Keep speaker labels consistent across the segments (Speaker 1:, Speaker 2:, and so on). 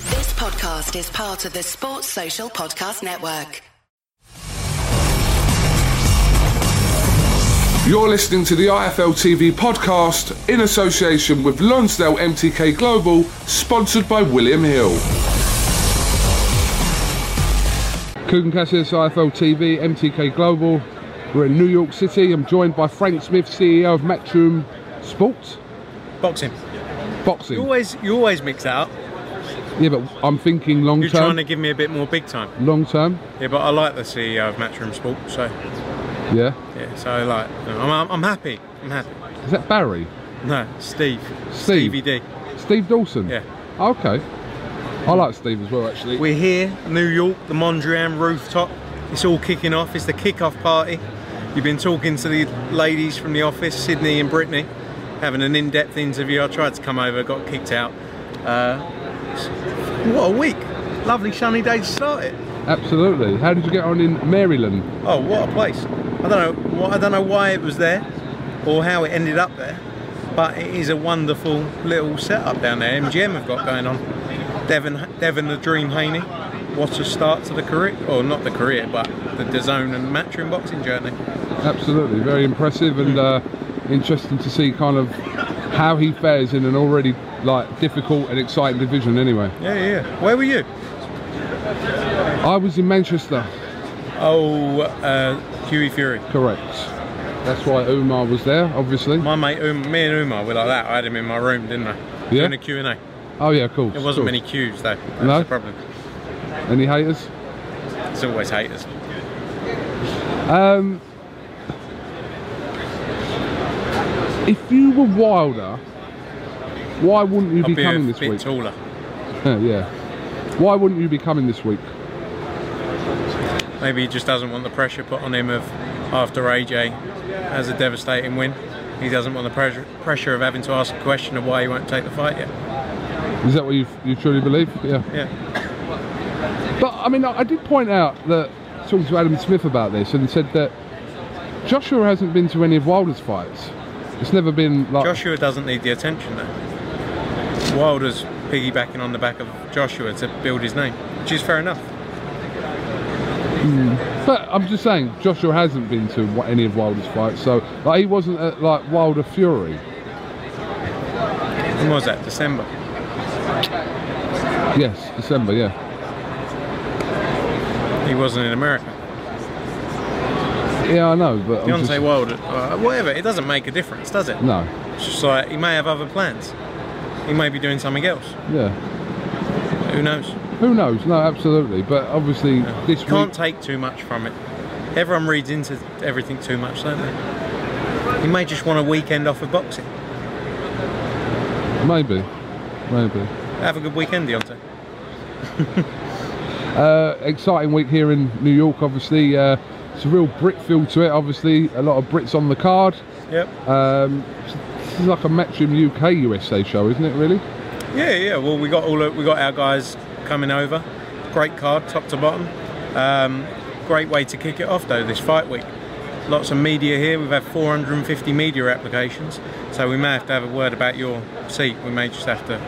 Speaker 1: podcast is part of the Sports Social Podcast Network.
Speaker 2: You're listening to the IFL TV podcast in association with Lonsdale MTK Global, sponsored by William Hill. Coogan Cassius, IFL TV, MTK Global. We're in New York City. I'm joined by Frank Smith, CEO of Matchroom Sports
Speaker 3: Boxing. You
Speaker 2: Boxing.
Speaker 3: always you always mix that up.
Speaker 2: Yeah, but I'm thinking long
Speaker 3: You're trying
Speaker 2: term.
Speaker 3: to give me a bit more big time.
Speaker 2: Long term,
Speaker 3: Yeah, but I like the CEO of Matchroom Sport, so
Speaker 2: yeah.
Speaker 3: yeah, so I like. I'm, I'm, I'm happy. I'm happy.
Speaker 2: Is that Barry?
Speaker 3: No, Steve.
Speaker 2: Steve.
Speaker 3: Stevie D.
Speaker 2: Steve Dawson?
Speaker 3: Yeah.
Speaker 2: Okay. I like Steve as well, actually.
Speaker 3: We're here, New York, the Mondrian rooftop. It's all kicking off. It's the kick-off party. You've been talking to the ladies from the office, Sydney and Brittany, having an in-depth interview. I tried to come over, got kicked out. Uh, what a week! Lovely sunny day to start it.
Speaker 2: Absolutely. How did you get on in Maryland?
Speaker 3: Oh, what a place! I don't know. wh- I don't know why it was there, or how it ended up there, but it is a wonderful little setup down there. MGM have got going on. Devon, Devon the Dream Haney. What a start to the career, or not the career, but the DAZN and Matchroom boxing journey.
Speaker 2: Absolutely, very impressive and uh, interesting to see kind of how he fares in an already like difficult and exciting division. Anyway,
Speaker 3: Yeah, yeah. Where were you?
Speaker 2: I was in Manchester,
Speaker 3: Oh, uh, Huey Fury.
Speaker 2: correct? That's why Umar was there, obviously.
Speaker 3: My mate, um, me and Umar, were like that. I had him in my room, didn't I?
Speaker 2: Yeah.
Speaker 3: Doing a Q and A.
Speaker 2: Oh yeah, cool.
Speaker 3: There wasn't many Qs though. That's
Speaker 2: No?
Speaker 3: the problem.
Speaker 2: Any haters?
Speaker 3: It's always haters.
Speaker 2: Um, if you were Wilder, why wouldn't you
Speaker 3: I'll
Speaker 2: be
Speaker 3: be a
Speaker 2: coming this
Speaker 3: bit
Speaker 2: week?
Speaker 3: taller.
Speaker 2: yeah. Why wouldn't you be coming this week?
Speaker 3: Maybe he just doesn't want the pressure put on him of after AJ has a devastating win. He doesn't want the pressure, pressure of having to ask a question of why he won't take the fight yet.
Speaker 2: Is that what you you truly believe? Yeah.
Speaker 3: Yeah,
Speaker 2: But I mean, I I did point out that talking to Adam Smith about this and said that Joshua hasn't been to any of Wilder's fights. It's never been like
Speaker 3: Joshua doesn't need the attention though. Wilder's piggybacking on the back of Joshua to build his name, which is fair enough.
Speaker 2: But I'm just saying, Joshua hasn't been to wa- any of Wilder's fights, so like he wasn't at like Wilder Fury.
Speaker 3: When was that? December.
Speaker 2: Yes, December. Yeah.
Speaker 3: He wasn't in America.
Speaker 2: Yeah, I know, but I'm
Speaker 3: Deontay
Speaker 2: just,
Speaker 3: Wilder, uh, whatever. It doesn't make a difference, does it?
Speaker 2: no.
Speaker 3: It's just like he may have other plans. He may be doing something else.
Speaker 2: Yeah.
Speaker 3: Who knows?
Speaker 2: Who knows? No, absolutely. But obviously, this
Speaker 3: You can't
Speaker 2: week.
Speaker 3: take too much from it. Everyone reads into everything too much, don't they? You may just want a weekend off of boxing.
Speaker 2: Maybe. Maybe.
Speaker 3: Have a good weekend, Deontay.
Speaker 2: Uh, exciting week here in New York, obviously. Uh, it's a real Brit feel to it, obviously. A lot of Brits on the card.
Speaker 3: Yep.
Speaker 2: Um, this is like a Matchroom UK USA show, isn't it, really?
Speaker 3: Yeah, yeah. Well, we got all we got our guys coming over. Great card, top to bottom. Um, great way to kick it off though this fight week. Lots of media here. We've had 450 media applications, so we may have to have a word about your seat. We may just have to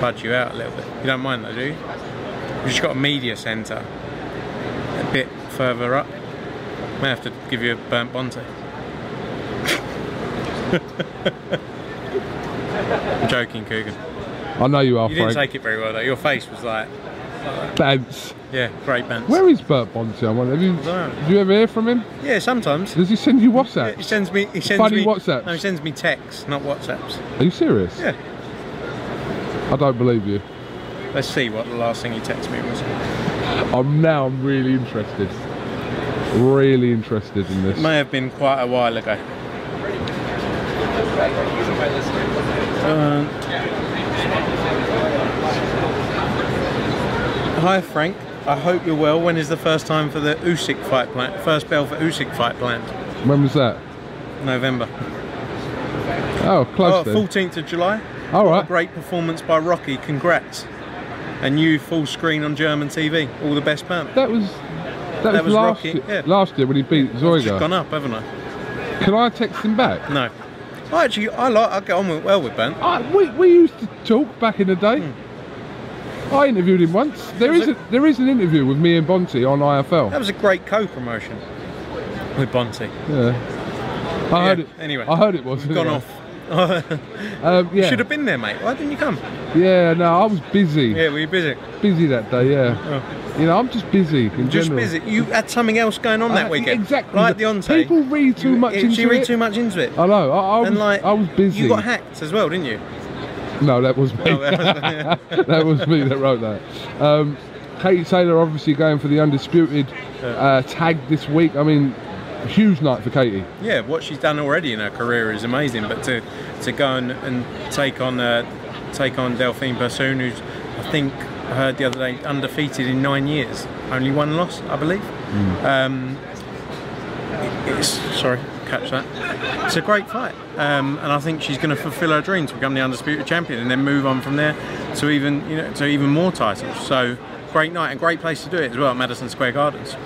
Speaker 3: budge you out a little bit. You don't mind though, do you? We've just got a media centre a bit further up. May have to give you a burnt bonte. I'm joking, Coogan.
Speaker 2: I know you are,
Speaker 3: You didn't
Speaker 2: Frank.
Speaker 3: take it very well though. Your face was like,
Speaker 2: Bants.
Speaker 3: yeah, great man.
Speaker 2: Where is Bert Bonte? I wonder. Have you,
Speaker 3: dunno.
Speaker 2: do you ever hear from him?
Speaker 3: Yeah, sometimes.
Speaker 2: Does he send you
Speaker 3: He
Speaker 2: WhatsApp?
Speaker 3: sends me. He sends
Speaker 2: Funny
Speaker 3: me
Speaker 2: WhatsApps.
Speaker 3: No, he sends me texts, not WhatsApps.
Speaker 2: Are you serious?
Speaker 3: Yeah.
Speaker 2: I don't believe you.
Speaker 3: Let's see what the last thing he texted me was.
Speaker 2: I'm now. I'm really interested. Really interested in this.
Speaker 3: May have been quite a while ago. Uh, hi Frank. I hope you're well. When is the first time for the Usyk fight plan? First bell for Usyk fight planned?
Speaker 2: When was that?
Speaker 3: November.
Speaker 2: Oh,
Speaker 3: Oh,
Speaker 2: close then.
Speaker 3: 14th of July.
Speaker 2: All
Speaker 3: What a
Speaker 2: right.
Speaker 3: great performance by Rocky. Congrats. And you full screen on German TV. All the best, man.
Speaker 2: That was. That,
Speaker 3: That was
Speaker 2: last
Speaker 3: Rocky,
Speaker 2: year,
Speaker 3: yeah.
Speaker 2: last year when he beat
Speaker 3: Just
Speaker 2: Zoiga.
Speaker 3: gone up, haven't I?
Speaker 2: Can I text him back?
Speaker 3: No. I
Speaker 2: Ah,
Speaker 3: actually, I like. I get on with, well with Ben.
Speaker 2: I, we, we used to talk back in the day. I interviewed him once. There is
Speaker 3: Hmm. Was
Speaker 2: a,
Speaker 3: it-
Speaker 2: there is an interview with me and Bonte on
Speaker 3: That
Speaker 2: IFL.
Speaker 3: was a great co-promotion with Bonte.
Speaker 2: Yeah. I heard
Speaker 3: Yeah,
Speaker 2: it.
Speaker 3: anyway.
Speaker 2: I heard it was.
Speaker 3: Gone
Speaker 2: anyway.
Speaker 3: off.
Speaker 2: Um, yeah.
Speaker 3: Should have been there, mate. Why didn't you come?
Speaker 2: Yeah. No, I was busy.
Speaker 3: Yeah, were you busy?
Speaker 2: Busy that day. Yeah.
Speaker 3: Oh.
Speaker 2: You know, I'm just busy. In
Speaker 3: Just
Speaker 2: general.
Speaker 3: busy. You had something else going on
Speaker 2: I-
Speaker 3: that weekend.
Speaker 2: Exactly.
Speaker 3: Like the Onte.
Speaker 2: People read too
Speaker 3: You-
Speaker 2: much
Speaker 3: it-
Speaker 2: into
Speaker 3: You read
Speaker 2: it.
Speaker 3: too much into it.
Speaker 2: I know. I, I was,
Speaker 3: and like,
Speaker 2: I was busy.
Speaker 3: You got hacked as well, didn't you?
Speaker 2: No, that was me.
Speaker 3: Oh, that was-
Speaker 2: that was me that wrote that. Um, Katie Taylor obviously going for the undisputed uh, tag this week. I mean, huge night for Katie.
Speaker 3: yeah, what she's done already in her career is amazing. But to to go and, and take on uh, take on Delphine Bassoon, who's I think I heard the other day undefeated in nine years, only one loss, I believe. Um, it- it's sorry, catch that. It's a great fight, um, and I think she's going to fulfil her dream to become the undisputed champion, and then move on from there to even you know to even more titles. So. Great night and great place to do it as well at Madison Square Gardens.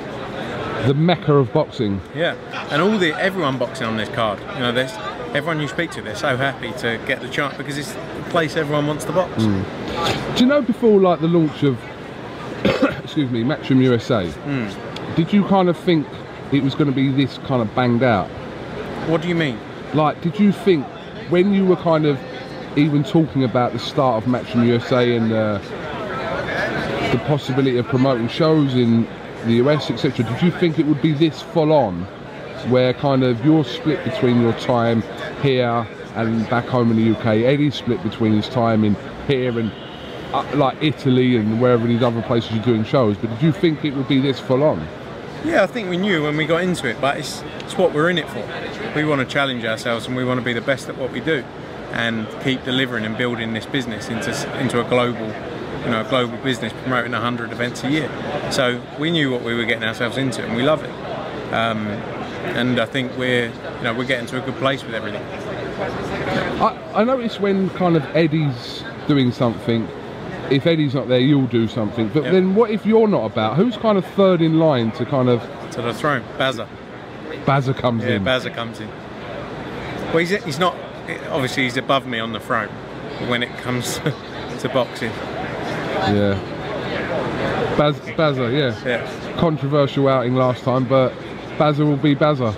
Speaker 2: The mecca of boxing.
Speaker 3: Yeah, and all the everyone boxing on this card. You know, there's everyone you speak to, they're so happy to get the chance because it's the place everyone wants to box.
Speaker 2: Do you know before like the launch of, excuse me, Matchroom USA, did you kind of think it was going to be this kind of banged out?
Speaker 3: What do you mean?
Speaker 2: Like, did you think when you were kind of even talking about the start of Matchroom USA and uh, the possibility of promoting shows in the US, etc., did you think it would be this full on, where kind of your split between your time here and back home in the UK, Eddie's split between his time in here and uh, like Italy and wherever these other places you're doing shows, but did you think it would be this full on?
Speaker 3: Yeah, I think we knew when we got into it, but it's, it's what we're in it for. We want to challenge ourselves and we want to be the best at what we do, and keep delivering and building this business into s- into a global, you know, a global business promoting 100 events a year. So we knew what we were getting ourselves into, and we love it. Um, and I think we're, you know, we're getting to a good place with everything.
Speaker 2: I, I notice when kind of Eddie's doing something, if Eddie's not there, you'll do something. But
Speaker 3: Yeah.
Speaker 2: then what if you're not about? Who's kind of third in line to kind of
Speaker 3: To the throne, Baza.
Speaker 2: Bazza comes
Speaker 3: Yeah,
Speaker 2: in?
Speaker 3: Bazza comes in. Well, he's, he's not. Obviously, he's above me on the throne when it comes to boxing.
Speaker 2: yeah. Baz, Bazza, yeah.
Speaker 3: Yeah,
Speaker 2: Controversial outing last time, but Bazza will be Bazza.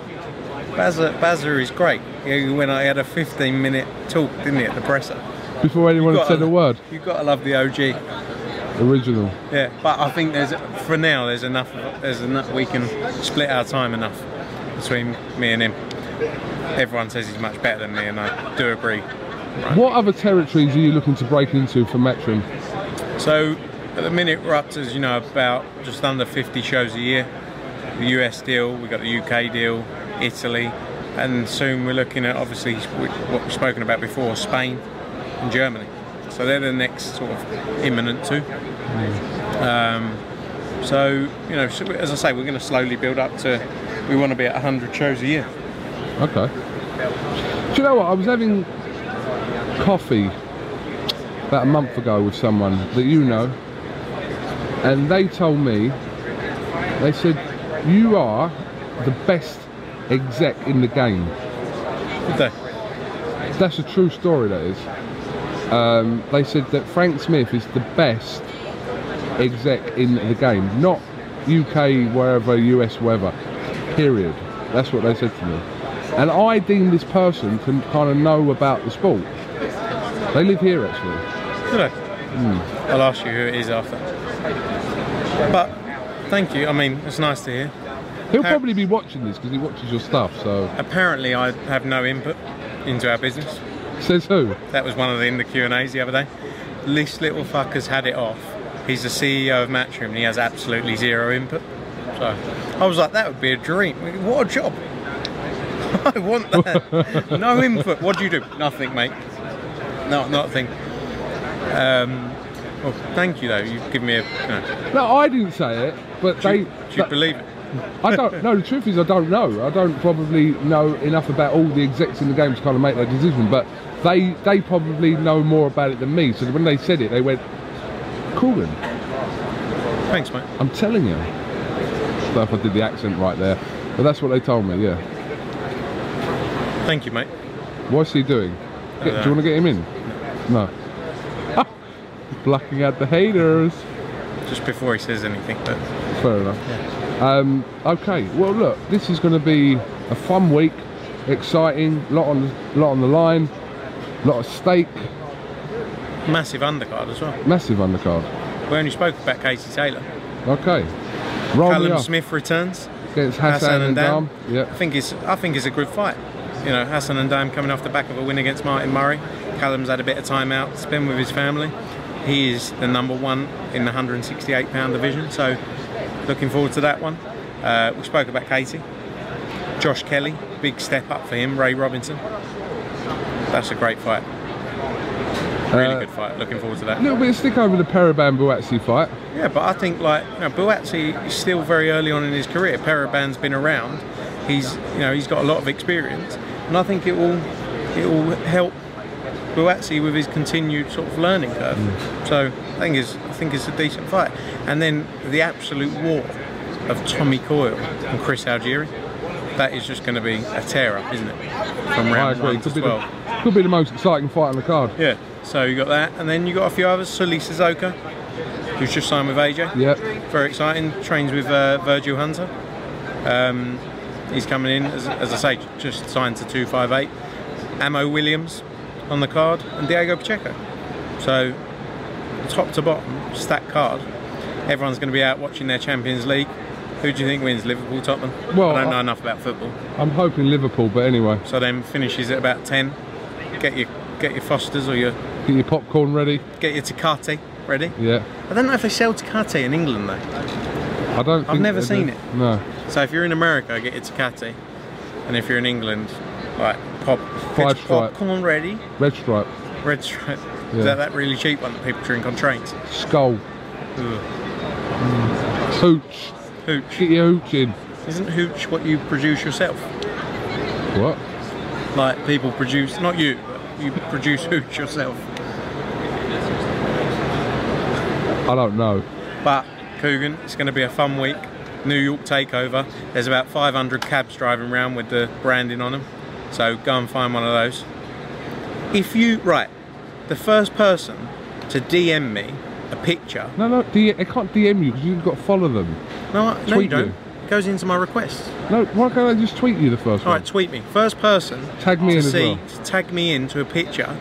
Speaker 3: Bazza, Bazza is great. You know, When I had a 15-minute talk, didn't he, at the presser?
Speaker 2: Before anyone had
Speaker 3: Gotta
Speaker 2: said a
Speaker 3: lo-
Speaker 2: word,
Speaker 3: You've got to love the OG.
Speaker 2: original.
Speaker 3: Yeah, but I think there's for now there's enough. There's enough. We can split our time enough between me and him. Everyone says he's much better than me, and I do agree.
Speaker 2: What other territories are you looking to break into for Metrum?
Speaker 3: So at the minute we're up to you know about just under 50 shows a year. The US deal, we have got the UK deal, Italy, and soon we're looking at obviously what we've spoken about before, Spain and Germany. So they're the next sort of imminent two. Um, so you know, so we- as I say, we're going to slowly build up to. We want to be at 100 shows a year.
Speaker 2: Okay. Do you know what? I was having coffee about a month ago with someone that you know, and they told me, they said, you are the best exec in the game.
Speaker 3: So,
Speaker 2: That's a true story, that is. Um, they said that Frank Smith is the best exec in the game, not UK, wherever, US, wherever. Period. That's what they said to me. And I deem this person to kind of know about the sport. They live here, actually.
Speaker 3: you know, I'll ask you who it is after. But thank you. I mean, it's nice to hear.
Speaker 2: He'll
Speaker 3: How-
Speaker 2: probably be watching this because he watches your stuff. So
Speaker 3: Apparently, I have no input into our business.
Speaker 2: says who?
Speaker 3: That was one of the in the Q and A's the other day. This little fucker's had it off. He's the CEO of Matchroom and he has absolutely zero input. So I was like, that would be a dream. What a job! I want that. no input. What do you do? Nothing, mate. No, nothing. Um, well, thank you though. You've given me a. You know,
Speaker 2: No, I didn't say it, but
Speaker 3: do,
Speaker 2: they.
Speaker 3: you, do you believe it?
Speaker 2: I don't. No, the truth is, I don't know. I don't probably know enough about all the execs in the game to kind of make that decision. But they they probably know more about it than me. So when they said it, they went, "Call them."
Speaker 3: Thanks, mate.
Speaker 2: I'm telling you." So if I did the accent right there, but that's what they told me. Yeah.
Speaker 3: Thank you, mate.
Speaker 2: What's he doing? Get- do you want to get him in? No. blocking out the haters.
Speaker 3: just before he says anything. But
Speaker 2: Fair enough. Um, okay. Well, look, this is going to be a fun week, exciting, lot on lot on the line, lot of stake,
Speaker 3: massive undercard as well.
Speaker 2: massive undercard.
Speaker 3: We only spoke about Casey Taylor.
Speaker 2: Okay. Roll me
Speaker 3: Callum
Speaker 2: up
Speaker 3: Smith returns.
Speaker 2: against Oh, Hassan, and Dam.
Speaker 3: I
Speaker 2: Yeah.
Speaker 3: think it's I think it's a good fight. You know, Hassan and Dam coming off the back of a win against Martin Murray. Callum's had a bit of time out, spend with his family. He is the number one in the 168 pound division, so looking forward to that one. Uh, we spoke about Katie. Josh Kelly, big step up for him. Ray Robinson. That's a great fight. Really
Speaker 2: Uh,
Speaker 3: good fight. Looking forward to
Speaker 2: A
Speaker 3: that.
Speaker 2: little bit of stick over the Peribambu Buatsi fight.
Speaker 3: Yeah, but I think like you know, Buatsi is still very early on in his career. Paraban's been around. He's you know he's got a lot of experience, and I think it will it will help Buatsi with his continued sort of learning curve. So I think is I think it's a decent fight. And then the absolute war of Tommy Coyle and Chris Algieri. That is just going to be a tear up, isn't it? From
Speaker 2: I
Speaker 3: round
Speaker 2: agree.
Speaker 3: one
Speaker 2: Could be,
Speaker 3: to twelve.
Speaker 2: the, could be the most exciting fight on the card.
Speaker 3: Yeah. So you got that, and then you got a few others. Sully Suzuka, who's just signed with AJ.
Speaker 2: Yep.
Speaker 3: Very exciting. Trains with uh, Virgil Hunter. Um, he's coming in, as, as I say, just signed to 258. Ammo Williams on the card, and Diego Pacheco. So, top to bottom, stacked card. Everyone's going to be out watching their Champions League. Who do you think wins? Liverpool, Tottenham?
Speaker 2: Well,
Speaker 3: I don't know
Speaker 2: I-
Speaker 3: enough about football.
Speaker 2: I'm hoping Liverpool, but anyway,
Speaker 3: So then finishes at about 10. Get your get your Fosters or your
Speaker 2: get your popcorn ready.
Speaker 3: get your Tecate ready.
Speaker 2: Yeah.
Speaker 3: I don't know if they sell Tecate in England though.
Speaker 2: I don't. I've
Speaker 3: never seen it.
Speaker 2: No.
Speaker 3: So if you're in America, get your Tecate, and if you're in England, like pop,
Speaker 2: Five
Speaker 3: get your
Speaker 2: stripe.
Speaker 3: popcorn ready,
Speaker 2: Red stripe.
Speaker 3: red stripe.
Speaker 2: Yeah.
Speaker 3: Is that that really cheap one that people drink on trains?
Speaker 2: Skull.
Speaker 3: Ugh.
Speaker 2: Hooch.
Speaker 3: Hooch.
Speaker 2: Get your hooch in.
Speaker 3: Isn't hooch what you produce yourself?
Speaker 2: What?
Speaker 3: Like people produce, not you, but you produce hooch yourself.
Speaker 2: I don't know.
Speaker 3: But Coogan, it's going to be a fun week. New York takeover. There's about 500 cabs driving around with the branding on them. So go and find one of those. If you right, the first person to DM me a picture.
Speaker 2: No, no. D- I can't DM you because you've got to follow them.
Speaker 3: No, I- no, you
Speaker 2: Tweet
Speaker 3: don't.
Speaker 2: you.
Speaker 3: It goes into my requests.
Speaker 2: No, why can't I just tweet you the first
Speaker 3: All
Speaker 2: one?
Speaker 3: right, tweet me. First person
Speaker 2: Tag me
Speaker 3: to
Speaker 2: in as
Speaker 3: see,
Speaker 2: well.
Speaker 3: to tag me into a picture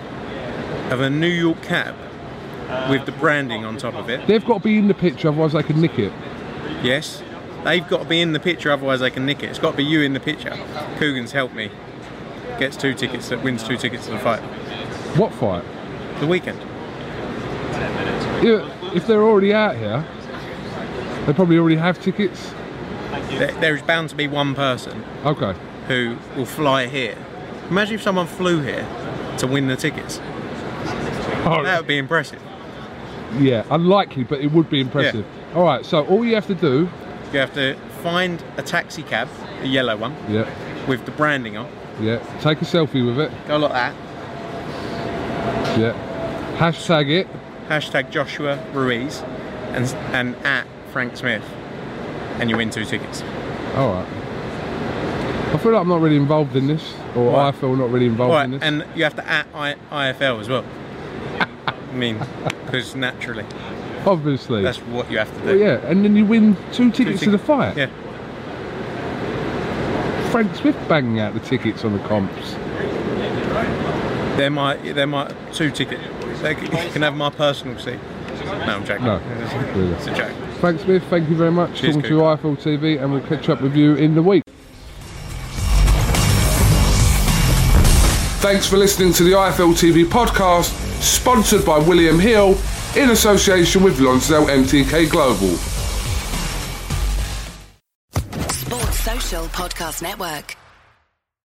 Speaker 3: of a New York cab with the branding on top of it.
Speaker 2: They've got to be in the picture, otherwise they can nick it.
Speaker 3: Yes. They've got to be in the picture, otherwise they can nick it. It's got to be you in the picture. Coogan's helped me. Gets two tickets, that wins two tickets to the fight.
Speaker 2: What fight?
Speaker 3: The weekend.
Speaker 2: Yeah, if they're already out here, they probably already have tickets.
Speaker 3: There, there is bound to be one person
Speaker 2: Okay.
Speaker 3: who will fly here. Imagine if someone flew here to win the tickets.
Speaker 2: All
Speaker 3: That
Speaker 2: right.
Speaker 3: would be impressive.
Speaker 2: Yeah, unlikely, but it would be impressive. All right, so all you have to do,
Speaker 3: You have to find a taxi cab, a yellow one,
Speaker 2: yeah,
Speaker 3: with the branding on.
Speaker 2: yeah, take a selfie with it,
Speaker 3: Go like that.
Speaker 2: yeah, hashtag it,
Speaker 3: Hashtag Joshua Ruiz and, and at Frank Smith. And you win two tickets.
Speaker 2: all right. I feel like I'm not really involved in this, or
Speaker 3: Right.
Speaker 2: I feel not really involved
Speaker 3: Right,
Speaker 2: in this.
Speaker 3: and you have to at I- IFL as well. I mean, because naturally,
Speaker 2: Obviously.
Speaker 3: that's what you have to do.
Speaker 2: Well, yeah, and then you win two tickets to the
Speaker 3: tickets.
Speaker 2: fight.
Speaker 3: Yeah,
Speaker 2: Frank Smith banging out the tickets on the comps.
Speaker 3: they're my they're my two ticket. They c- you can have my personal seat. No, I'm joking.
Speaker 2: No.
Speaker 3: it's a joke.
Speaker 2: Frank Smith, thank you very much.
Speaker 3: Cheers,
Speaker 2: Talking to IFL TV, and we'll catch up with you in the week. Thanks for listening to the IFL TV podcast, sponsored by William Hill in association with Lonsdale MTK Global.
Speaker 1: Sports Social Podcast Network.